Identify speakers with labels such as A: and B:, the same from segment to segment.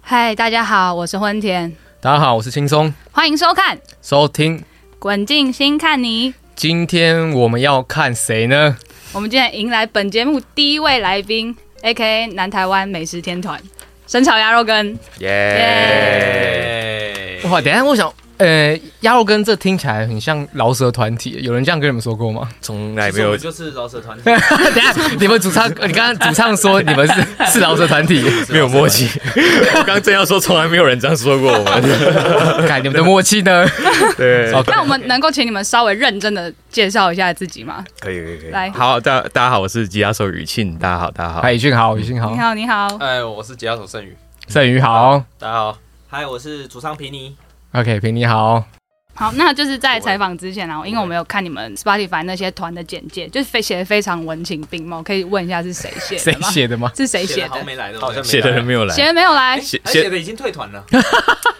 A: 嗨，大家好，我是昏田，
B: 大家好，我是轻松
A: 欢迎收看《
B: 收听。
A: 滚进新看你》。
B: 今天我们要看谁呢？
A: 我们今天迎来本节目第一位来宾，A K A 南台湾美食天团生炒鸭肉羹。
C: 哎
D: 哎耶！
B: 哇，等一下我想，呃，鸭肉羹这听起来很像饶舌团体，有人这样跟你们说过吗？
D: 从来
C: 其
D: 没
C: 实我
D: 有
C: 们就是饶 舌团 体，
B: 等一下你们主唱，你刚刚主唱说你们是 是饶舌团体，
D: 没有默契。我刚正要说，从来没有人这样说过我 们。
B: 看你们的默契呢？
D: 对，
B: OK
A: 那我们能够请你们稍微认真的介绍一下自己吗？
D: 可以可以可以。
A: 来
D: 好，大大家好，我是吉他手雨庆，大家好，大家好
B: 嗨，。宇俊好，宇俊好
A: 你，好，你好。
C: 哎，我是吉他手盛宇，
B: 盛宇好
C: 大家好。嗨，我是主唱皮尼，
B: ，OK，平你好，
A: 好，那就是在采访之前啊，因为我们有看你们 Spotify 那些团的简介，就是非写的非常文情并茂，可以问一下是谁写
B: 谁
A: 的吗？
B: 写的吗？
A: 是谁写
C: 好像
A: 的？
C: 没来的，
D: 好 写的人没有来，
A: 写的没有来
D: 写
C: 他哎写
D: 写
C: 的已经退 团了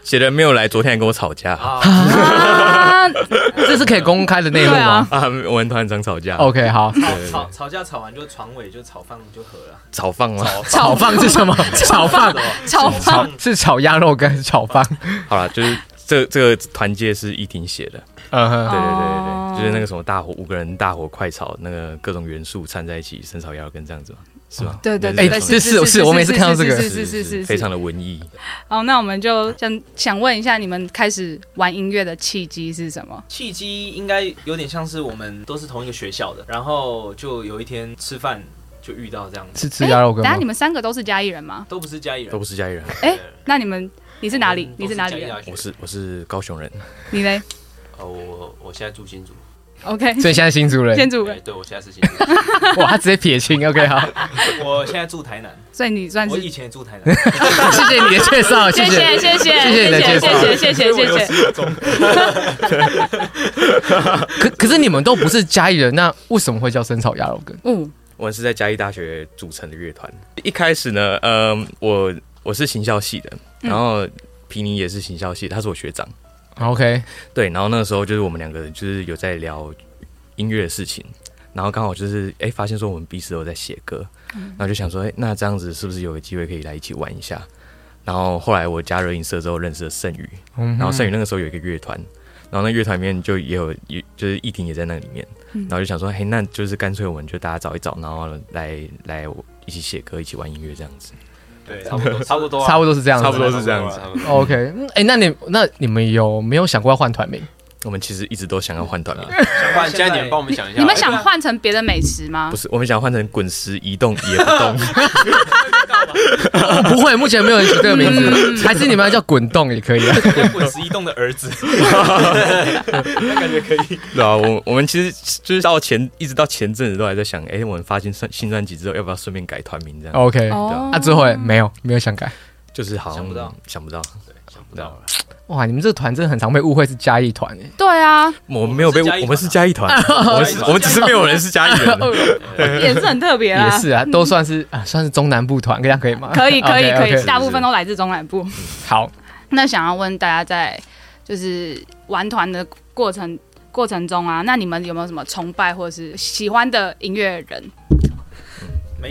D: 写的人没有来，昨天还跟我吵架啊！
C: 啊，
A: 啊？
B: 这是可以公开的内容
A: 对啊
B: 吗
D: 我们团常吵架，
B: ？OK，好，
C: 吵吵吵架吵完就床尾就炒饭就合了，
D: 炒饭吗？
B: 炒饭是什么？炒饭，
A: 炒
B: 炒
A: 饭
B: 是炒鸭肉羹，炒饭，
D: 好了，就是这这个团结是一婷写的，
B: 嗯哼。
D: 对对对
A: 哦
D: 对，就是那个什么大火五个人大火快炒，那个各种元素掺在一起，生炒鸭肉羹这样子嘛，是吧？
A: 对对
D: 那
A: 对，
D: 种
A: 对
B: 哎这是是我们也是看到这个
A: 是是是是
D: 非
A: 是。
D: 常的文艺。
A: 好，那我们就想想问一下，你们开始玩音乐的契机是什么？
C: 契机应该有点像是我们都是同一个学校的，然后就有一天吃饭就遇到这样子，
B: 是吃鸭肉羹
A: 哎等下
B: 吗
A: 你？们三个都是嘉义人吗？
C: 都不是嘉义人
D: 都，不是家里人，
A: 哎，那你们你
C: 你
A: 是哪里？你是哪里人？
C: 我
D: 我
C: 是啊
D: 是我是高雄人，
A: 你嘞
C: 哦，我我现在住新竹，
A: ？OK，
B: 所以现在新主 人，
A: 建筑
C: 哎，
A: 人，
C: 对我现在是新 竹，
B: 哇，他直接撇清。OK，好，
C: 我现在住台南，
A: 所以你算
C: 我
A: 是
C: 以前也住台南，
B: 谢谢你的介绍，
A: 谢谢
B: 谢。
A: 谢谢
B: 谢你 的
A: 谢谢
B: 介绍
A: 谢谢谢谢谢谢。
B: 可可是你们都不是嘉义人，那为什么会叫生炒鸭肉羹？
A: 嗯，
D: 我是在嘉义大学组成的乐团。一开始呢，呃，我我是行销系的，然后皮尼也是行销系的，他是我学长。
B: OK，
D: 对，然后那个时候就是我们两个就是有在聊音乐的事情，然后刚好就是哎、发现说我们彼此都有在写歌，然后就想说哎、那这样子是不是有个机会可以来一起玩一下？然后后来我加入影社之后认识了盛宇，
B: 嗯哼
D: 然后盛宇那个时候有一个乐团，然后那乐团里面就也有也就是艺婷也在那里面，然后就想说嘿那就是干脆我们就大家找一找，然后来来一起写歌一起玩音乐这样子。
C: 对，差不 多差不
E: 啊
C: 多
B: 差不多是这样子，
D: 差不多是这样子。
B: OK，嗯哎，那你那你们有没有想过要换 团名？
D: 我们其实一直都想要换团名，
C: 不然嘉义人帮我们想一下，
A: 你们想
E: 哎
A: 换成别的美食吗
D: 不？是我们想换成滚石移动也不动。
B: 哦不会，目前没有人取这个名字，还是你们要叫滚动也可 以啊。
C: 滚石移动的儿子，
D: 对啊，我我们其实就是到前一直到前阵子都还在想，哎、我们发行新新专辑之后，要不要顺便改团名这样？
B: OK，
A: 哦
B: 啊，最后也没有没有想改。
D: 就是好像
C: 想不到，
D: 想不到，啊
C: 想不到了，
B: 哇，你们这个团真的很常被误会是嘉义团哎。
A: 对啊，
D: 我们没有被，
C: 我
D: 我
C: 们
D: 们
C: 是
D: 是嘉义团，啊我们是我们只是没有人是嘉义人。
A: 也是很特别
B: 也
A: 啦。
B: 是啊，都算是啊，算是中南部团，这样可以吗？
A: 可以可以
B: OK，OK
A: 可以，大部分都来自中南部。
B: 好，
A: 那想要问大家，在就是玩团的过程过程中啊，那你们有没有什么崇拜或是喜欢的音乐人
C: 每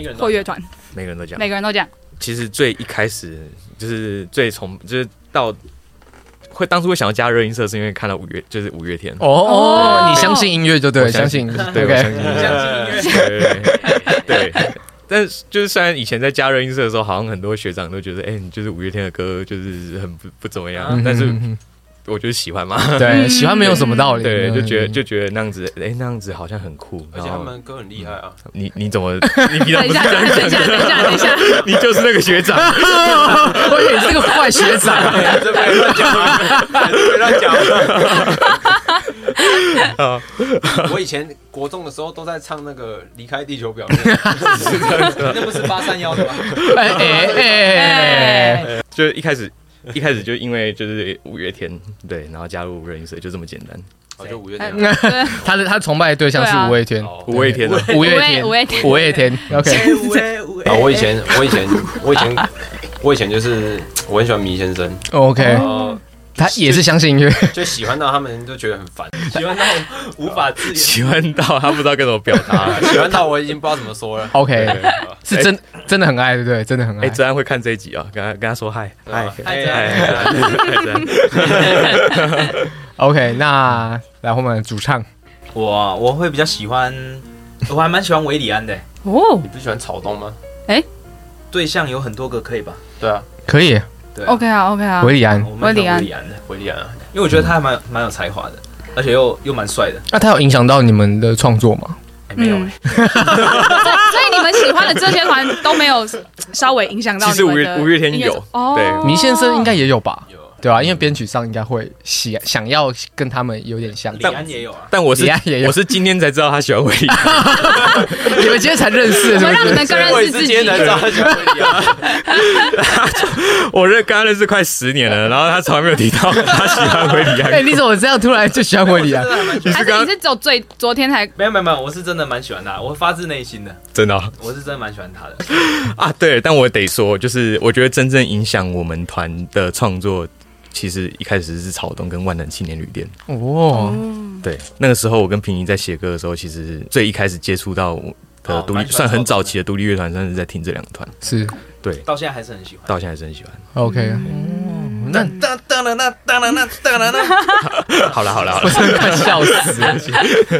B: 嗯
C: 一个人
A: 或
C: 都
A: 乐团？
D: 每个人都讲，
A: 每个人都讲，
D: 其实最一开始就是最从就是到会当初会想要加热音社，是因为看到五月就是五月天。
B: 哦哦
A: 哦，
B: 你相信音乐就对了，
D: 我
B: 相
D: 相
B: 信
D: 信
B: 对
D: 对，我相信
B: ，OK，
D: 音乐，对对。 但是就是虽然以前在加热音社的时候，好像很多学长都觉得，哎、你就是五月天的歌就是很不不怎么样，但是
B: 嗯
D: 我就是喜欢嘛，
B: 对喜欢没有什么道理，
D: 对，就觉得
B: 嗯
D: 就觉得那样子，哎、那样子好像很酷。
C: 而
D: 然
C: 且他
D: 后
C: 们歌很厉害啊，
D: 你你怎么，你平常
A: 等一
D: 不是
A: 下，
D: 这样
A: 等一
D: 讲
A: 下，等一
D: 的，
A: 下，等一下，
D: 你就是那个学长，
B: 我以为你是个坏学 长，
C: 这边乱讲话，别乱讲。
E: 我以前国中的时候都在唱那个《离开地球表面》，那不是八三幺的吗？
B: 哎哎哎哎，
A: 哎，
D: 就一开始一开始就因为就是呃五月天，对，然后加入热音社就这么简单。
E: 我哦就五月
A: 哎
E: 天。
A: 对
B: 他的他崇拜的对象
A: 对啊
B: 是五月天，
E: 哦
D: 五月天啊，
B: 五月
A: 五月
B: 天，
A: 天
B: 五 月天，OK，
E: 啊，我以前，我以前，我以前，我以前就是我很喜欢迷先生，
D: 哦
B: OK，
E: 然后
B: 他也是相信音 乐，
D: 哎
E: 就喜欢到他们都觉得很烦，
C: 喜欢到无法自已。
D: 喜欢到他不知道该怎么表达。
E: 喜欢到我已经不知道怎么说了。
B: OK，是真真的很爱，对不对？真的很
D: 哎，
B: 爱。
D: 真安会看这一集啊，跟他跟他说嗨嗨
E: 对
C: 哎
D: 嗨
C: 呀，
D: 嗨嗨真安
B: OK，那来我们主唱
C: 我啊我会比较喜欢，我还蛮喜欢韦礼安的。
A: 哦
E: 你不是喜欢草东吗？
C: 对象有很多个，可以吧？
E: 对啊，
B: 可以，
C: 对啊
A: ，OK 啊，OK 啊，
B: 韦礼安。
C: 我
A: 韦
C: 蛮喜
A: 礼
C: 欢
A: 安
C: 韦礼安的，
E: 维利安啊，
C: 因为我觉得他还蛮蛮有才华的，而且又又蛮帅的。
B: 那他有影响到你们的创作吗？
C: 哎没有
A: 嗯， 所以你们喜欢的这些团都没有稍微影响到
D: 其实
A: 你们
D: 五月
A: 的
D: 五月天
A: 音乐
D: 有
A: 作哦，
D: 对
B: 倪先生应该也有吧？
E: 有
B: 对啊，因为编曲上应该会喜想要跟他们有点像。
C: 李
B: 但
C: 安也有啊。
D: 但我是
B: 李安也有
D: 我是今天才知道他喜欢维利安，
B: 你们今天才认识，
A: 我
B: 是
A: 们让
B: 不
A: 你们
B: 是？
A: 更认
E: 我也
A: 识
E: 是
A: 自
E: 今
A: 己。
E: 天才知道他喜欢维利安。
D: 我认刚刚认识快十年了，然后他从来没有提到他喜欢维里安。
B: 哎，你怎么这样突然就喜欢韦礼安
C: 我？真的还蛮喜欢
A: 还是你是只有最昨天才
C: 没有没有没有，我是真的蛮喜欢他，我发自内心的，
D: 真的哦、
C: 我是真的蛮喜欢他的。
D: 啊，对，但我得说，就是我觉得真正影响我们团的创作，其实一开始是草东跟万能青年旅店。
B: 哦，
D: 对，那个时候我跟平怡在写歌的时候，其实最一开始接触到我的
C: 哦
D: 独立，
C: 蛮喜欢
D: 算很
C: 草东的
D: 早期的独立乐团，算是在听这两个团，
B: 是
C: 到现在还是很喜欢。
D: 到现在还是很喜欢。
B: OK。那
D: 当当了那当了那当了那，好了好了好
B: 我
D: 了，
B: 真 的快笑死了！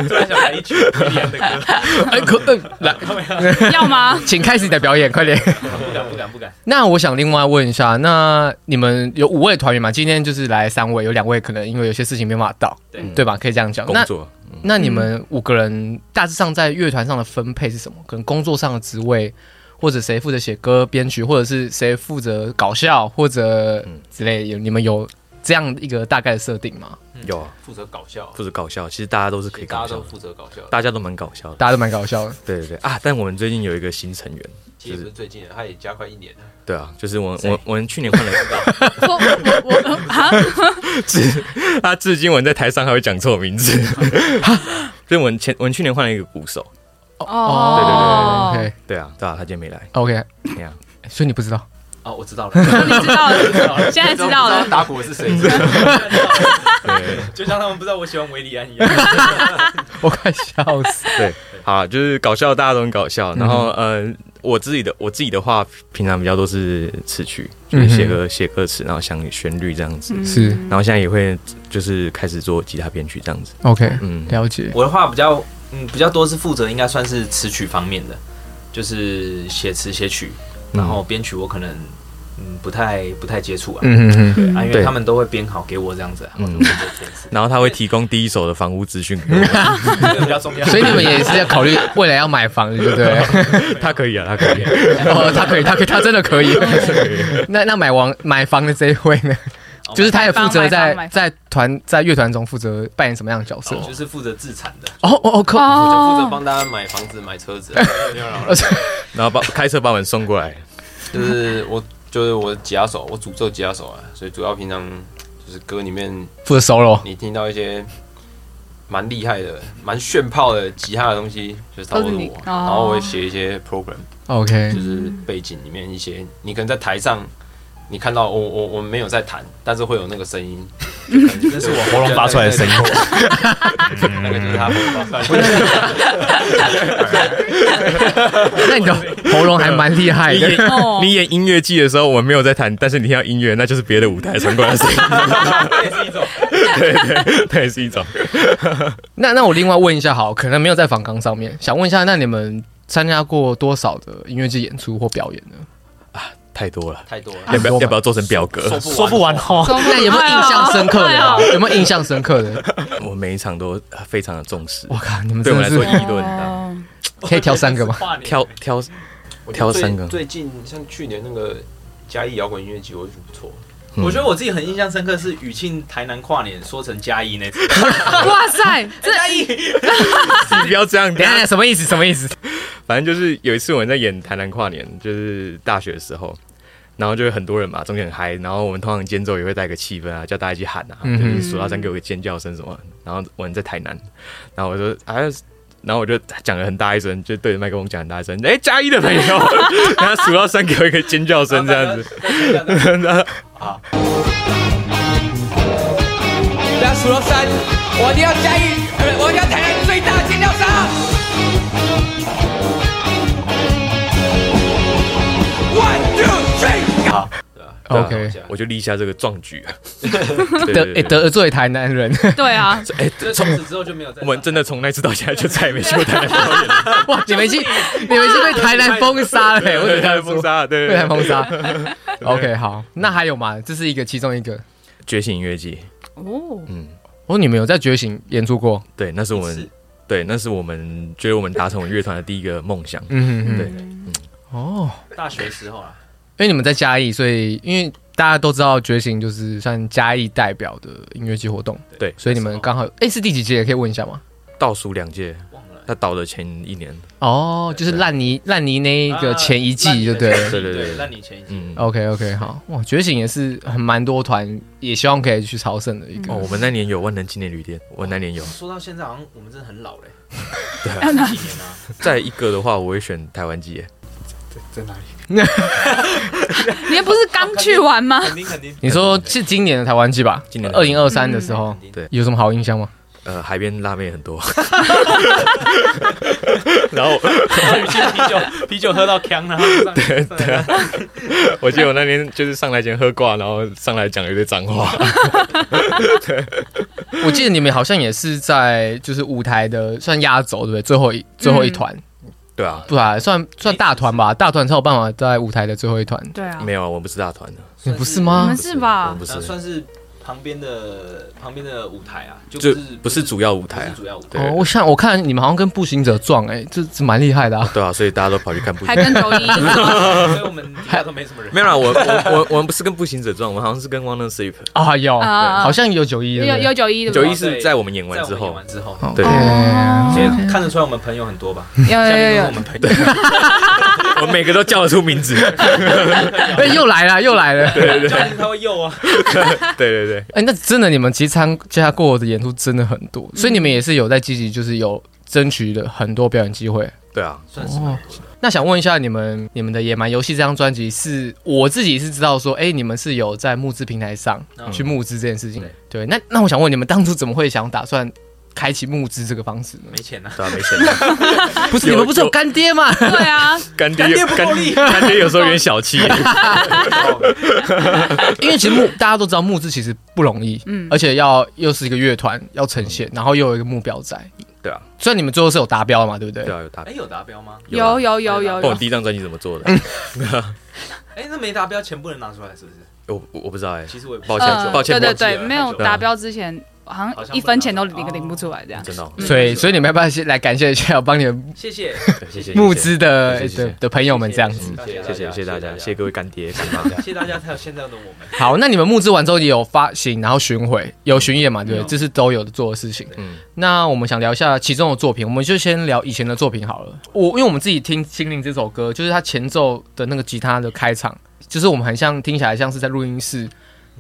C: 突然想来一曲威廉的歌，
B: 哎，可呃来，
A: 要吗？
B: 请开始你的表演，快点。
C: 不敢不敢不敢。
B: 那我想另外问一下，那你们有五位团员嘛？今天就是来三位，有两位可能因为有些事情没办法到，
C: 对
B: 对吧？可以这样讲。
D: 工
B: 那
D: 作
B: 那你们五个人大致上在乐团上的分配是什么？可能工作上的职位，或者谁负责写歌、编曲，或者是谁负责搞笑，或者之类的，有你们有这样一个大概的设定吗？
D: 有啊
E: 负责搞笑，
D: 负责搞笑，其实大家都是可以
E: 大
D: 搞
E: 家
D: 笑
E: 都
D: 的，
E: 负责搞笑。
D: 大家都蛮搞笑的。
B: 大家都蛮搞笑的。
D: 对对对啊！但我们最近有一个新成员，
E: 其实也不是最近的，他也加快一年了。
D: 对啊，就是我我我们去年换了，
A: 我我我啊，
D: 他至今我们在台上还会讲错名 字，所以我们前我们去年换了一个鼓手，
A: 哦，
B: 对对对
D: 对啊，对啊，他今天没来，
B: ，OK OK，
D: 怎样？
B: 所以你不知道。
C: 哦，我知道 了，
A: 对，你知道了，现在知道了。
E: 打鼓的是谁？
D: 对
C: 就像他们不知道我喜欢维里安一样。
B: 我快笑死！
D: 对，好啊，就是搞笑，大家都很搞笑。然后呃，我自己的我自己的话，平常比较都是词曲，就是写歌写歌词，然后想旋律这样子。
B: 是
D: 然后现在也会就是开始做吉他编曲这样子。
B: OK，
D: 嗯，
B: 了解。
C: 我的话比较，嗯，比较多是负责，应该算是词曲方面的，就是写词写曲，然后编曲我可能，嗯，不太不太接触啊。
B: 嗯嗯嗯，
C: 啊，因
D: 对
C: 为他们都会编好给我这样子啊，
D: 嗯
C: 我都不做这件事，
D: 然后他会提供第一手的房屋资讯给 我，
C: 这个比较重 要。
B: 所以你们也是要考虑未来要买房，对不对？
D: 他可以啊，他可 以。
B: 哦，他可以，他可以，他真的可以。那那买房买房的这一位呢？
C: 哦
B: 就是他也负责
A: 买
B: 在
A: 房买房
B: 在团在乐团中负责扮演什么样的角色
C: 我？就是负责自产的，
B: 哦哦哦，可
E: 我就负责
A: 哦，
E: 帮大家买房子、买车子。没有啦
B: 呃是
D: 然后把开车把我们送过来，
E: 就是我，就是我吉他手，我诅咒吉他手啊，所以主要平常就是歌里面
B: 负责 solo。
E: 你听到一些蛮厉害的、蛮炫炮的吉他的东西，就是差不多
A: 都
E: 是
A: 是你
E: 我，
A: 哦
E: 然后我会写一些 program，就
B: OK，
E: 是背景里面一
A: 嗯
E: 些你可能在台上。你看到我我我没有在弹，但是会有那个声音，
C: 这是我
E: 喉咙发出来的声音，
D: 那
E: 那个就是他喉咙发出来的声音。
B: 那你的喉咙还蛮厉害
D: 你
B: 的。
D: 演
A: 哦
D: 你演音乐季的时候，我们没有在弹，但是你听到音乐，那就是别的舞台传过来的 声音，对对，它也是一种。
B: 那那我另外问一下，好，可能没有在访纲上面，想问一下，那你们参加过多少的音乐剧演出或表演呢？
D: 太多了，
E: 太多了，
D: 要不要
B: 说吧
D: 要不要做成表格？
E: 说不完哦话。
A: 周末
B: 那有没有印象深刻
A: 哎
B: 的
A: 呦
B: 啊
A: 哎？
B: 有没有印象深刻的？
D: 我每一场都非常的重视
B: 我，靠，你们
D: 对
B: 真
D: 我
B: 的
D: 来说
B: 是
D: 意义都很大。
A: 哦
B: 可以挑三个吗？
D: 挑挑挑三个
E: 最近像去年那个嘉义摇滚音乐季，我觉得不错。
D: 嗯
C: 我觉得我自己很印象深刻是雨庆台南跨年说成嘉义那 次，
A: 哇塞，这
C: 嘉义
D: 你不要这样，
B: 等一下，什么意思？什么意思？
D: 反正就是有一次我们在演台南跨年，就是大学的时候，然后就有很多人嘛，中间很嗨，然后我们通常间奏也会带个气氛啊，叫大家一起喊啊，
B: 嗯
D: 就是数到三给我个尖叫声什么，然后我们在台南，然后我说啊。然后我就讲了很大一声，就对着麦克风讲很大一声，哎，嘉义的朋友， 然后 啊数到三给我一个尖叫声这样子，然后
C: 啊，
F: 不要数到三，我一定要嘉义，呃我一定要台南最大的尖叫声。One two three go！
C: 对吧、
D: 对啊
B: OK
D: 我就立下这个壮举。啊对对
B: 得欸
D: 对对
B: 得罪台南人，
A: 对啊，
D: 哎，
C: 这从此之后就没有再
D: 我们真的从那次到现在就再也没去过台南 表演了，
B: 哇！你们已经你们已经被台南封杀了，哎我
D: 对
B: 只
D: 台
B: 能说
D: 南封杀，对
B: 被
D: 对
B: 台南
D: 对，
B: 封杀。OK，好， 那还有吗？这是一个其中一个。
D: 觉醒音乐季，
A: 哦，
D: 嗯，
B: 哦，你们有在觉醒演出过？
D: 对，那是我
C: 是
D: 们，对，那是我们觉得我们达成我们乐团的第一个梦想。
B: 嗯哼
D: 对
B: 哼，哦，
C: 大学时候啊，
B: 因为你们在嘉义，所以因为大家都知道觉醒就是算嘉义代表的音乐季活动，
D: 对
B: 所以你们刚好哎是第几届？可以问一下吗？
D: 倒数两届，
C: 忘了。
D: 他倒的前一年，
B: 哦，就是烂泥烂泥那一个前一季 就对了。
D: 对对
C: 对
D: 对对
C: 那你前一季，
D: 嗯，哦，
B: OK OK 好哇，觉醒也是很蛮多团，也希望可以去朝圣的一个。
D: 嗯哦我们那年有万能青年旅店，我那年有，
C: 说到现在好像我们真的很老嘞，
D: 对啊，
C: 几年啊，
D: 再一个的话，我会选台湾季耶，
E: 在哪里？
A: 你们不是刚去完吗？
C: 肯定肯定。
B: 你说是今年的台湾季吧？
D: 今年的
B: 二零二三的时候，
D: 对
B: 有什么好印象吗？
D: 呃，海边辣妹很多， 然后
C: 去啤酒，啤酒喝到呛，啊然 后上对对，
D: 我记得我那天就是上来前喝挂，然后上来讲了一堆脏话，
B: 我记得你们好像也是在就是舞台的算压轴对不对？最后一最后一团，
D: 对啊，
B: 嗯对啊，算算大团吧，大团才有办法在舞台的最后一团。
A: 对啊，
D: 没有啊，我们不是大团的，
B: 你不是嗯
A: 你
B: 吗
A: 们？是
D: 我
A: 吧
D: 们？不
C: 呃算是？
D: 是，
C: 算是旁边的旁边的舞台啊，就
D: 就
C: 不
D: 不是主要舞台
C: 不
D: 啊
C: 是，主要舞台。
D: 对
B: 哦，我想我看你们好像跟步行者撞，哎，这这蛮厉害的啊。
D: 对啊，所以大家都跑去看步
A: 还
D: 行
A: 跟
D: 者。
A: 九一一起
C: 所以我们底下都没什么人。
D: 没有啦，我我我我们不是跟步行者撞，我们好像是跟 Wanna Sleep。
B: 啊，有，
A: 啊
B: 好像有九一，对不
A: 有
B: 对
A: 有九一的
D: 九
A: 吗
D: 一是在我们演完之
C: 在我们
D: 后，
C: 演完之后，
D: 对，
A: 哦
C: 所以看得出来我们朋友很多吧？
A: 有有
C: 下
A: 有
C: 面都是
A: 有
C: 我，们朋友，
D: 我每个都叫得出名字。
B: 哎，又来了，又来了。
C: 教练他会诱啊，
D: 对对对，
B: 哎、那真的，你们其实参加过的演出真的很多，所以你们也是有在积极，就是有争取了很多表演机会。
D: 对啊，
C: 算是蛮多的。
B: 那想问一下，你们你们的《野蛮游戏》这张专辑是，我自己是知道说，哎、你们是有在募资平台上
C: 嗯
B: 去募资这件事情。对，那那我想问，你们当初怎么会想打算开启募资这个方式呢？
C: 没钱啊，
D: 对啊，没钱啊。
B: 不是你们不是有干爹吗？
A: 对啊，
D: 干爹有干爹干爹有时候有点小气。
B: 因为其实募大家都知道募资其实不容易，
A: 嗯
B: 而且要又是一个乐团要呈现，然后又有一个目标在。
D: 对啊，
B: 虽然你们最后是有达标嘛，对不对？
D: 对啊，有达
C: 哎，有达标吗？
D: 有啊
A: 有有有有
D: 问我
A: 有，
D: 第一张专辑怎么做的？
C: 哎，那没达标钱不能拿出来，是不是？
D: 我我我不知道哎，
C: 其实我也不
D: 抱歉
A: 嗯，
D: 抱歉，
A: 对对
D: 忘记了
A: 对，没有
D: 对啊
A: 达标之前，好像一分钱都领领不出来这样。
D: 真的哦。
B: 嗯所以，所以你们要不要先来感谢一下帮你们
C: 谢谢，
D: 对谢谢
B: 募，资的
D: 谢谢谢谢
B: 的的朋友们这样子？
D: 嗯
C: 谢
D: 谢谢谢谢大家，谢谢各位干爹干妈。
C: 谢谢大家才有现在的我们。
B: 好，那你们募资完之后也有发行，然后巡回，有巡演嘛？对不
C: 有
B: 对？这是都有的做的事情。
D: 嗯，
B: 那我们想聊一下其中的作品，我们就先聊以前的作品好了。我因为我们自己听《心灵》这首歌，就是它前奏的那个吉他的开场，就是我们很像听起来像是在录音室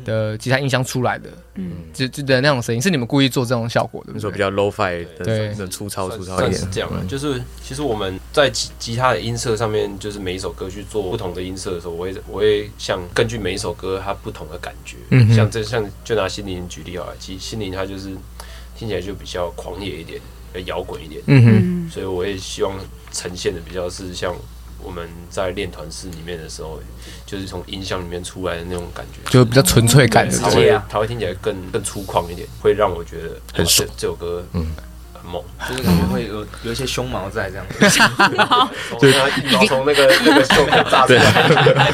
B: 的吉他音箱出来的，嗯，就就的那种声音，是你们故意做这种效果的，
D: 你
B: 对
D: 说
B: 不
D: 比
B: 对？
D: 较 low fi 的
B: 对
D: 那种粗糙粗糙一
E: 算是
D: 点。
E: 这样了，
D: 嗯
E: 就是其实我们在吉吉他的音色上面，就是每一首歌去做不同的音色的时候，我会我会像根据每一首歌它不同的感觉，
B: 嗯哼
E: 像这像就拿心灵举例好了，其实心灵它就是听起来就比较狂野一点，比较摇滚一点，
B: 嗯哼，
A: 嗯，
E: 所以我也希望呈现的比较是像我们在练团室里面的时候，就是从音箱里面出来的那种感觉，
B: 就比较纯粹感的
E: 它
C: 直接
E: 会
C: 啊
E: 它会听起来更更粗犷一点，会让我觉得
D: 很
E: 哇
D: 爽
E: 这这首歌
D: 嗯
E: 嗯很猛。
C: 就是感觉会有有一些胸毛在这样子，
E: 对，从那个那个胸口炸出 来，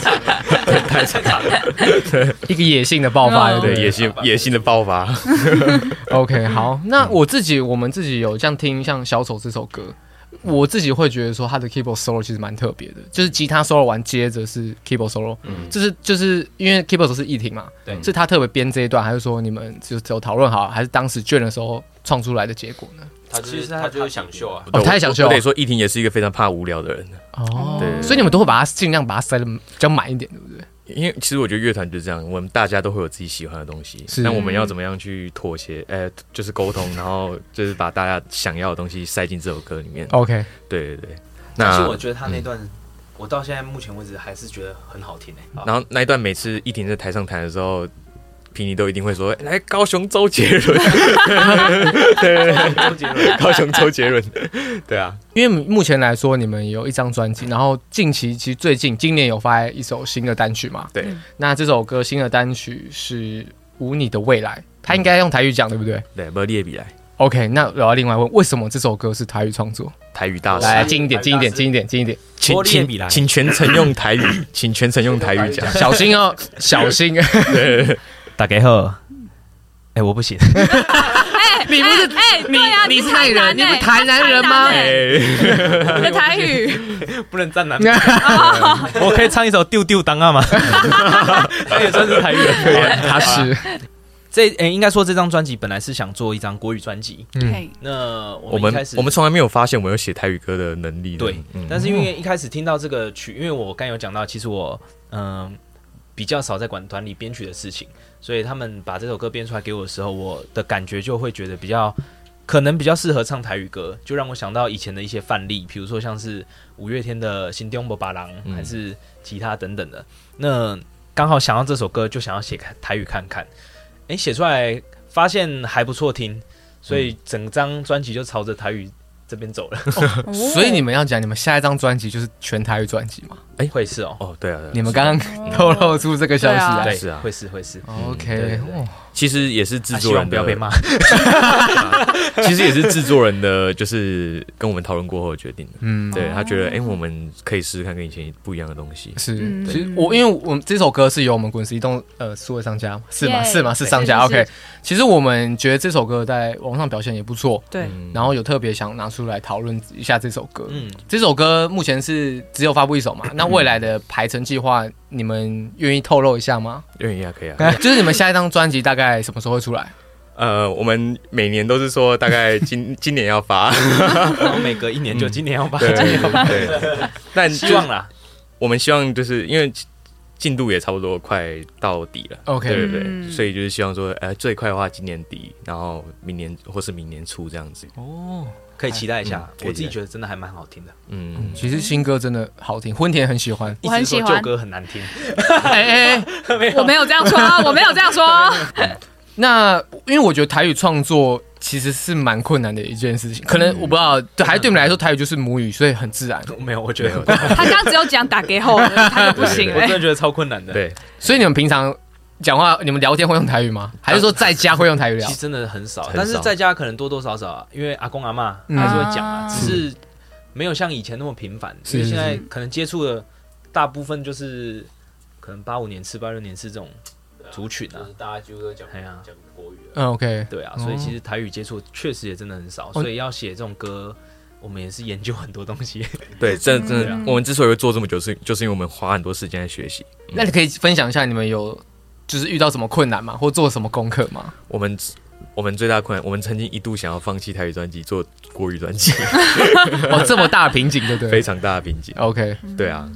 C: 太惨了。
B: 一个野性的爆发，
A: 嗯
B: 对
D: 对
B: 不对
D: 野心野心的爆发，
B: OK，好，那我自己我们自己有这样听像《小丑》这首歌，我自己会觉得说他的 keyboard solo 其实蛮特别的，就是吉他 solo 完接着是 keyboard solo，、就是就是因为 keyboard solo 是议题嘛，
C: 对
B: 是他特别编这一段，还是说你们就只有讨论好，还是当时卷的时候创出来的结果呢？
E: 他就
C: 其
E: 是
C: 实他
E: 他就是想秀啊，
B: 哦太想秀
D: 我我得说，依婷也是一个非常怕无聊的人，
B: 哦
D: 对
B: 所以你们都会把它尽量把它塞的比较满一点，对不对？
D: 因为其实我觉得乐团就是这样，我们大家都会有自己喜欢的东西
B: 是，
D: 但我们要怎么样去妥协？呃，就是沟通，然后就是把大家想要的东西塞进这首歌里面。
B: OK，
D: 对对对。
C: 但是
D: 那
C: 我觉得他那段，我到现在目前为止还是觉得很好听诶。
D: 然后那一段每次依婷在台上弹的时候，皮尼都一定会说，哎来高雄周杰伦，
E: 周杰伦
D: 高雄周杰伦， 对啊，
B: 因为目前来说，你们有一张专辑，然后近期其实最近今年有发一首新的单曲嘛？
D: 对。
B: 那这首歌新的单曲是《无你的未来》，它应该用台语讲，对不对
D: 对，不列比来
B: ？OK，那我要另外问，为什么这首歌是台语创作？
D: 台语大师，
B: 来，
E: 台语
B: 近一点，近一点，
E: 大师
B: 近一点，近一点，
D: 请
C: 波列比
D: 请
C: 来
D: 请全程用台语，请全程用台语 讲，
B: 小心哦，小心！
C: 打给后，哎，我不行，
A: 哎，你不是哎，对呀，
B: 你
A: 是
B: 是台人
A: 南
B: 你不
A: 欸
B: 是台南人吗
A: 你
D: 哎，
A: 是台南欸你的台语，
C: 不能站南。我可以唱一首丢丢当啊吗？
D: 他也算是台语
C: 啊
D: 人，
B: 他是
C: 这诶，应该说这张专辑本来是想做一张国语专辑，
A: 嘿
C: 那我
D: 我
C: 们一
D: 们
C: 开始
D: 我们从来没有发现我们有写台语歌的能力呢，
C: 对
D: 嗯，
C: 但是因为一开始听到这个曲，因为我刚有讲到，其实我嗯、比较少在管团里编曲的事情，所以他们把这首歌编出来给我的时候，我的感觉就会觉得比较可能比较适合唱台语歌，就让我想到以前的一些范例，比如说像是五月天的《新东伯巴郎》
D: 嗯
C: 还是其他等等的。那刚好想到这首歌，就想要写台语看看，诶，写出来发现还不错听，所以整张专辑就朝着台语这边走了。
A: 哦
B: 所以你们要讲，你们下一张专辑就是全台语专辑嘛？
C: 会是哦。
D: 哦，对啊，对啊
B: 你们刚刚透露出这个消息
A: 对
B: 来
D: 对是啊
C: 会是会是，
D: 嗯
B: ，OK，
C: 对
B: 哦
D: 其实也是制
C: 啊希
D: 作
C: 望
D: 人
C: 不要
D: 的
C: 被骂。
D: 其实也是制作人的，就是跟我们讨论过后决定的。
B: 嗯，
D: 对他觉得，哎、我们可以试试看跟以前不一样的东西。
B: 是，
A: 嗯
B: 其实我因为我们这首歌是由我们滚石移动呃数位商家嘛是吗？是吗？是商
A: 是
B: 家。
A: 是
B: OK，其实我们觉得这首歌在网上表现也不错，
A: 对，
D: 嗯
B: 然后有特别想拿出来讨论一下这首歌。
C: 嗯，
B: 这首歌目前是只有发布一首嘛？ 那未来的排程计划，你们愿意透露一下 吗？
D: 愿意啊，可以啊。
B: 哎就是你们下一张专辑大概什么时候会出来？
D: 呃，我们每年都是说，大概今 今年要 发，
C: 然后每隔一年就今年要把
D: 对
C: 今 年要把
D: 对对。 但
C: 希望啦，
D: 我们希望就是因为进度也差不多快到底了
B: OK
D: 对对
A: 嗯。
D: 对，所以就是希望说，呃，最快的话今年底，然后明年或是明年初这样子。
C: 哦可以期待一下
D: 嗯。可以
C: 我自
D: 期
C: 己
D: 待
C: 觉得真的还蛮好听的，
D: 嗯，
B: 其实新歌真的好听，婚田很喜 欢
A: 我很
C: 一直说
A: 喜欢
C: 旧歌很难听，
B: 哎哎哎，
A: 我没有这样说，我没有这样说。
B: 那因为我觉得台语创作其实是蛮困难的一件事情，可
C: 嗯
B: 能我不知道，对还对你们来说台语就是母语，所以很自然。
C: 没有，我觉得
A: 他刚只有讲打给后，他就不行
C: 我真
A: 了。
C: 的觉得超困难的。，
D: 对，
B: 所以你们平常讲话、你们聊天会用台语吗？还是说在家会用台语聊
C: 其？实真的很少
D: 很，少
C: 但是在家可能多多少少啊，因为阿公阿妈还
B: 嗯
C: 是会讲啊，
A: 啊
C: 只是没有像以前那么频繁。
B: 是
C: 因为
B: 是
C: 现在可能接触的大部分就是可能八五年次、八六年次这种族群
E: 就
C: 啊
E: 是，大家几乎都讲
C: 哎呀
E: 讲国语了。
B: 嗯，OK，
C: 对啊，
B: 哦
C: 所以其实台语接触确实也真的很少，所以要写这种歌，我们也是研究很多东 西。
D: 对，真的真
A: 嗯
D: 的，我们之所以会做这么久，是就是因为我们花很多时间在学习。
B: 那你可以分享一下你们有就是遇到什么困难吗？或做什么功课吗？
D: 我们我们最大困难，我们曾经一度想要放弃台语专辑，做国语专辑，
B: 哦，这么大的瓶颈，对不
D: 非
B: 对
D: 常大的瓶颈。
B: ？OK，
D: 对啊，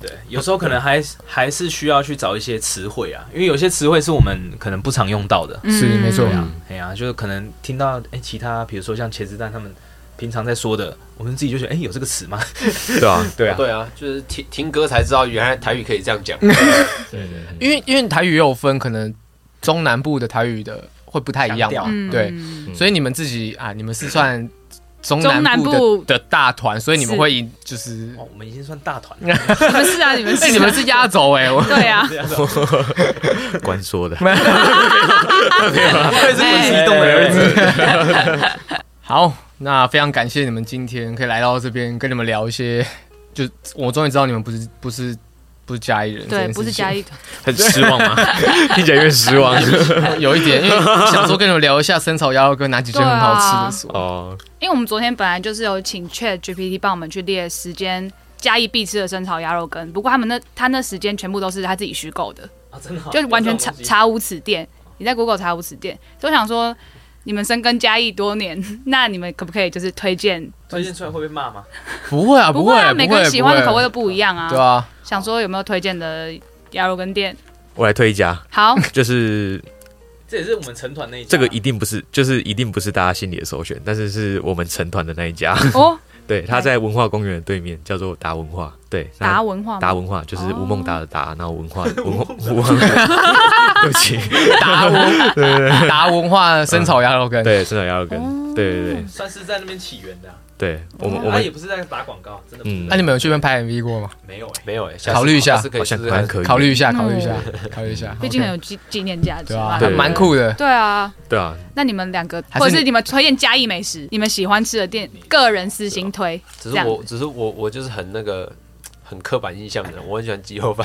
C: 对，有时候可能 还还是需要去找一些词汇啊，因为有些词汇是我们可能不常用到的。
B: 是没错
A: 嗯
B: 嗯
C: 哎呀、就是可能听到哎、其他比如说像茄子蛋他们平常在说的，我们自己就觉得哎、有这个词 吗？
D: 对啊，
C: 对啊，
E: 对啊，就是听听歌才知道，原来台语可以这样讲。
B: 因为因为台语也有分，可能中南部的台语的会不太一样嘛，
A: 嗯
B: 对，
A: 嗯
B: 所以你们自己啊，你们是算中
A: 中南
B: 南部的
A: 部
B: 的大团，所以你们
A: 是
B: 会以就是
C: 哦，我们已经算大团了。
A: 你们是啊，你们是
B: 哎、
A: 啊，
B: 你们是压轴哎， 我
A: 对啊，
D: 官说的。
C: 会是
A: 哎
C: 自己动的儿 子。
B: 好，那非常感谢你们今天可以来到这边跟你们聊一些，就我终于知道你们不是不是不是嘉义人，
A: 对，不是嘉
B: 义，
A: 义，
D: 很失望吗？ 听起来有点失望。
B: 有一点，因为想说跟你们聊一下生炒鸭肉跟哪几间很好吃的 所，
D: 哦，
A: 因为我们昨天本来就是有请 Chat GPT 帮我们去列时间。嘉义必吃的生炒鸭肉羹，不过他们那他那时间全部都是他自己虚构的，
C: 啊真的哦
A: 就是完全查
C: 有这种东西
A: 查无此店。你在 Google 查无此店，就想说你们深耕嘉义多年，那你们可不可以就是推荐？
C: 推荐出来会被骂吗？
B: 不会啊，不
A: 会
B: 会，
A: 啊，每个人喜欢的口味
B: 都
A: 都不一样啊。
B: 对啊，
A: 想说有没有推荐的鸭肉羹店？
D: 我来推一家，
A: 好，
D: 就是
C: 这也是我们成团那一家
D: 这个一定不是，就是一定不是大家心里的首选，但是是我们成团的那一家。
A: 哦，
D: 对，他在文化公园的对面，叫做达文化。对，那
A: 达文化吗
D: 达文化就是
A: 哦
D: 吴孟达的达，然后文化文化文化， 对不起，
B: 啊达文达文化生炒鸭肉羹，
D: 对，生产鸭肉
A: 哦
D: 羹，对对对
C: 算是在那边起源的啊、
D: 对，我们我
C: 他也
D: 们
C: 不是在打广告，真的不是
D: 嗯
B: 那、，你们有去那边拍 MV 过吗？
C: 没有哎、
E: 没有哎，
B: 考虑一下
E: 下次可以
D: 好
E: 试
D: 像
E: 试
D: 蛮
E: 看。
D: 可以的，
B: 考虑一下，
A: 嗯
B: 考虑一下，考虑一下，
A: 毕竟很
B: OK
A: 有纪纪念价值
B: 对
A: 嘛
B: 啊，
D: 对
B: 蛮酷的。
A: 对啊，
D: 对啊，
A: 那你们两个，
B: 还是
A: 或者是
B: 你
A: 你们推荐嘉义美食，你们喜欢吃的店，个人私心推，
E: 只
A: 这
E: 是
A: 样
E: 我，只是我，我就是很那个很刻板印象的人，我很喜欢鸡肉饭。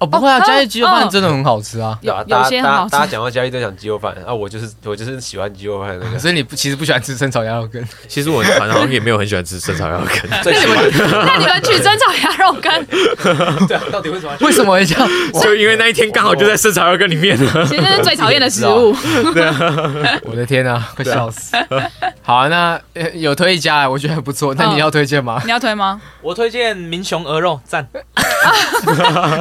B: 哦，不会啊，
A: 哦
B: 嘉义鸡肉
A: 哦
B: 饭真的很好吃啊，
A: 有
E: 对啊
A: 有
E: 大
A: 些很
E: 家大
A: 好
E: 家大家
A: 吃，
E: 讲到嘉义都讲鸡肉饭啊，我就是我就是喜欢鸡肉饭的 那个。
B: 所以你不其实不喜欢吃生炒鸭肉羹，
D: 其实我好像也没有很喜欢吃生炒鸭肉羹，
E: 最喜欢
A: 那你们去蒸炒鸭肉羹，
C: 对啊，到底为什么要去？
B: 为什么会这 样？
D: 就因为那一天刚好就在生炒鸭肉羹里面了。
A: 其实这是最讨厌的食物。
B: 我的天啊，快笑死！ 好啊，那呃有推一家，我觉得还不错。那你要推荐吗？
A: 你要推吗？
C: 我推荐民雄鹅肉，赞。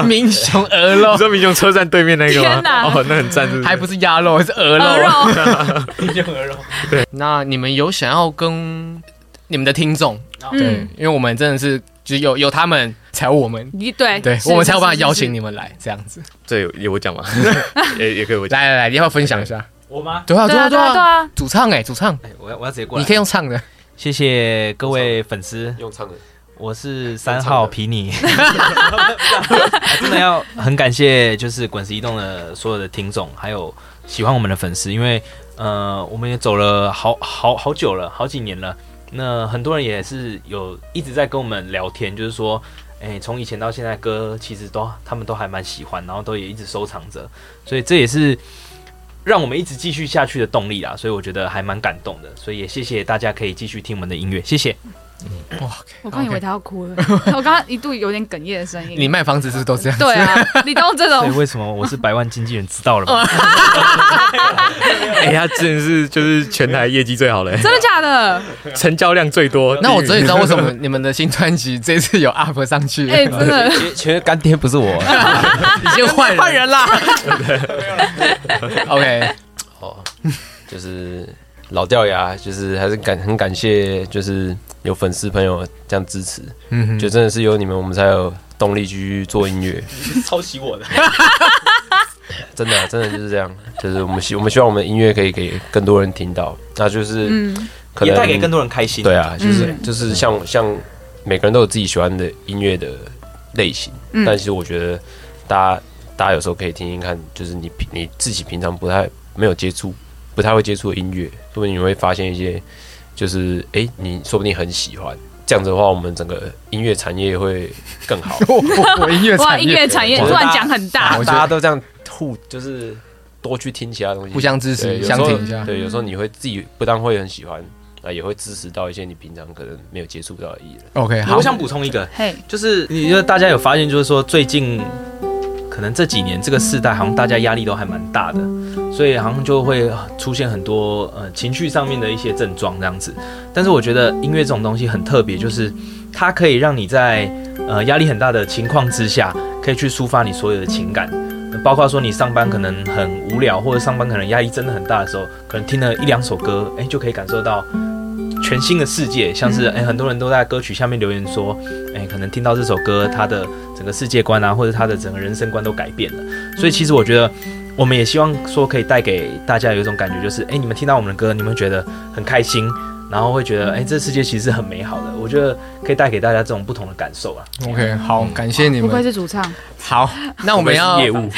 B: 民雄鹅肉
D: 你知道民雄车站对面那个吗
A: 天？哪
D: 哦，那很赞，是不是
B: 还不是鸭肉，啊是鹅
A: 鹅
B: 肉。
A: 呃肉，
C: 民雄鹅肉，
B: 那你们有想要跟你们的听众，对
A: 嗯，，
B: 因为我们真的是只有有他们才有我们，
A: 你嗯对，
B: 对
A: 是
B: 我们才有办法邀。
A: 是是
B: 请
A: 是
B: 你们来这样子。
D: 这有有我讲吗？也也可以我讲。
B: 来来来，你要不要分享一下？
C: 我吗？
B: 对啊
A: 对
B: 对啊
A: 啊，对
B: 对
A: 啊，对
B: 啊，
A: 啊，
B: 主唱哎，主唱，
C: 哎、我要我要直接过来。
B: 你可以用唱的。
C: 谢谢各位粉丝，
E: 用唱的，
C: 我是三号皮尼，真的要很感谢就是滚石移动的所有的听众，还有呃喜欢我们的粉丝，因为呃，我们也走了好好好久了，好几年了。那很多人也是有一直在跟我们聊天，就是说，哎、从以前到现在歌其实都他们都还蛮喜欢，然后都也一直收藏着，所以这也是让我们一直继续下去的动力啦。所以我觉得还蛮感动的，所以也谢谢大家可以继续听我们的音乐，谢谢。
B: 哇，
A: 我刚以为
B: OK
A: 他要哭了， 我刚刚一度有点哽咽的声
B: 你
A: 音。
B: 卖房子是不是都这样？
A: 对 啊，你都这
C: 所以
A: 种
C: 为什么我是百万经纪人知道了吗？
D: 哎，他真的是就是全台业绩最好嘞，
A: 真的假 的？
D: 成交量最多。
B: 那我终于知道为什么你们的新专辑这次有 up 上去了，
A: 哎，真的，
E: 其实其实干爹不是 我。
B: 已经换人换 人啦。OK，
E: 哦，就是老掉牙，就是还是感很感谢，就是有粉丝朋友这样支持，
B: 嗯哼，
E: 就真的是有你们，我们才有动力继续做音乐。
C: 抄袭我的，
E: 真的啊、真的就是这样， 就是我们希我们希望我们的音乐可以给更多人听到，那就是
A: 嗯，
E: 可
C: 也
E: 能
C: 带给更多人开心。
E: 对，啊，就是、就是像像每个人都有自己喜欢的音乐的类型，
A: 嗯
E: 但其实我觉得大家大家有时候可以听听看，就是你平你自己平常不太没有接触、不太会接触的音乐，说不定你会发现一些，就是诶，你说不定很喜欢。这样子的话，我们整个音乐产业会更 好。
B: 我我我音乐
A: 哇，
B: 产
A: 音乐
B: 业
A: 产业
E: 我
A: 突
E: 觉得
A: 然讲很大
E: 大，
B: 我觉
E: 大
B: 得
E: 家都这样互就是多去听其他东西，
B: 互相支
E: 对
B: 持，
E: 有时
B: 相
E: 候
B: 挺一下。
E: 对，有时候你会自己不但会很喜欢，啊，也会支持到一些你平常可能没有接触到的艺人。
B: OK，好
C: 我，想补充一个，
A: 嘿，
C: 就是你觉得大家有发现，就是说最近可能这几年这个世代，好像大家压力都还蛮大的，所以好像就会出现很多呃情绪上面的一些症状这样子。但是我觉得音乐这种东西很特别，就是它可以让你在呃压力很大的情况之下，可以去抒发你所有的情感。包括说你上班可能很无聊，或者上班可能压力真的很大的时候，可能听了一两首歌，哎、就可以感受到全新的世界。像是哎、诶很多人都在歌曲下面留言说，哎、可能听到这首歌，他的整个世界观啊，或者他的整个人生观都改变了。所以其实我觉得，我们也希望说可以带给大家有一种感觉，就是哎、你们听到我们的歌，你们会觉得很开心，然后会觉得哎、这世界其实是很美好的。我觉得可以带给大家这种不同的感受啊。
B: OK，好，感谢你
A: 嗯不愧
B: 们。
A: 是主唱，
B: 好，那我们要
D: 是业务，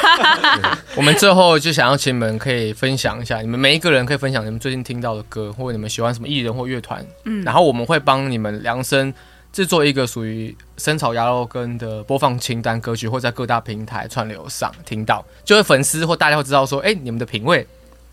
B: 我们最后就想要请你们可以分享一下，你们每一个人可以分享你们最近听到的歌，或者你们喜欢什么艺人或乐团，
A: 嗯
B: 然后我们会帮你们量身制作一个属于生炒鸭肉羹的播放清单歌曲，或在各大平台串流上听到，就会粉丝或大家会知道说，哎、你们的品味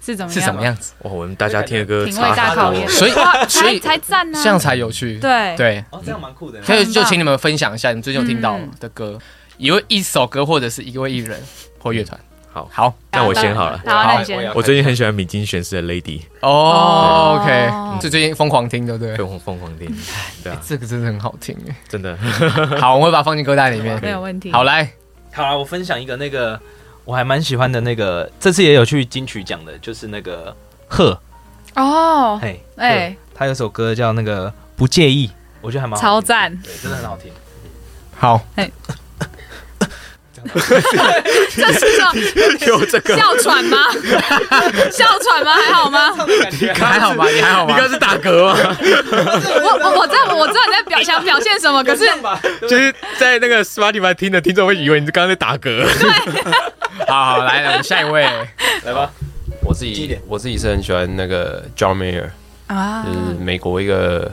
A: 是怎么
B: 是什么？样子，
D: 哇，我们大家听的歌
A: 品味
D: 差
A: 大
D: 好
A: 考
D: 多
A: 验，
D: 哦。
B: 所以
A: 哇
B: 所
A: 才
B: 以
A: 才赞呢，
B: 这样才有趣。
A: 对，
B: 对，
C: 哦，这样蛮酷的
B: 所以
A: 很
B: 就
A: 棒
B: 请你们分享一下你们最近有听到
A: 嗯
B: 的歌，一位一首歌或者是一位艺人或乐团。
D: 好
B: 好
D: 那我先好了。
A: 好，那你
E: 我也要
A: 先。
D: 我最近很喜欢米津玄师的《Lady
B: 哦
A: 哦
B: ，OK，就最近疯狂听，对不对》，？
D: 疯疯狂听，对啊，
B: 这个真的很好听耶。
D: 真的。
B: 好，我会把它放进歌单里面。
A: 没有问题。
B: 好，，来，
C: 好啊啦，我分享一个那个我还蛮喜欢的那个，这次也有去金曲奖的，就是那个贺，
A: 哦，
C: 嘿，
A: 哎，
C: 他有首歌叫那个不介意，我觉得还蛮好
A: 超
C: 听，
A: 赞。
C: 对，真的很好听。
B: 好，
A: 这是什么？
B: 有这个
A: 哮喘吗？哮喘吗？还好吗？
B: 还好吧？你还好吧？你刚是打嗝吗？
A: 我我我知道我知道你在表想表现什么，可是
B: 就是在那个 Spotify 听的听众会以为你刚刚在打 嗝。好好，来来，我们下一位。
C: 来吧，
E: 我自己我自己是很喜欢那个 John Mayer，
A: 啊
B: 嗯
E: 就是美国一个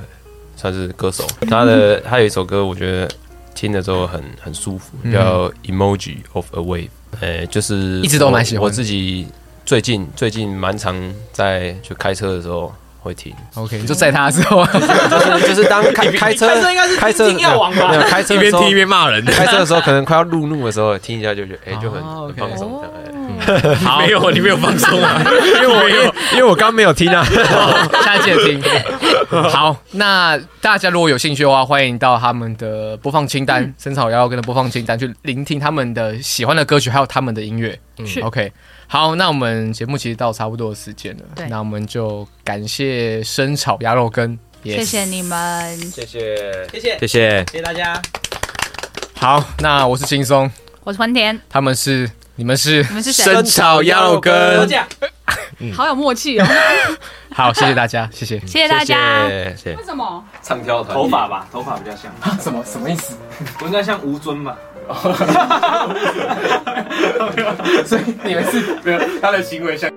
E: 算是歌手，他 的他有一首歌，我觉得听了之后很很舒服，叫《Emoji of a Wave》，呃，就是
B: 嗯一直都蛮喜欢的
E: 我我自己最近最近蛮常在就开车的时候会听，
B: OK，你就在他之后
E: 就是就是当开开车
C: 开车应该是
E: 开车
C: 听药王吧
E: 没有没有开车
B: 一
E: 的
B: 边
E: 时候
B: 听一边骂人，
E: 开车的时候可能快要路怒的时候听一下就觉得哎、就很
B: 哦
E: 很
B: ，OK
E: 放松这样。哎
B: 好
D: 没有，你没有放松啊，
B: 因为我因为
E: 因为我刚没有听啊，
B: 下一届 听。好，那大家如果有兴趣的话，欢迎到他们的播放清单“生草摇摇跟的播放清单去聆听他们的喜欢的歌曲，还有他们的音乐。嗯
A: 是
B: OK，好，那我们节目其实到差不多的时间了
A: 对，
B: 那我们就感谢生炒鸭肉羹，
A: 谢
B: Yes
A: 谢你们，
C: 谢谢，谢 谢，
D: 谢谢。
C: 谢谢大家，
B: 好，那我是轻松，
A: 我是欢田，
B: 他们是你们是
A: 你们是谁？
B: 生炒鸭肉
C: 多
B: 羹。
C: 讲。
A: 好有默契哦，
B: 好，谢谢大家，谢谢。
A: 谢谢大家。
E: 哎谢谢
A: 为什么？
E: 唱跳团
C: 头发吧，头发比较像，
B: 什么什么意思？
C: 我应该像吴尊吧。
B: 所以你们是没有他的行为像。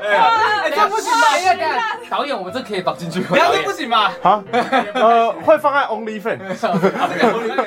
C: 哎，这不行吧？因为等下
B: 导演，我们这可以绑进去吗？
C: 这不行吧？
G: 啊，呃，会放在 Only Fan。
C: 这个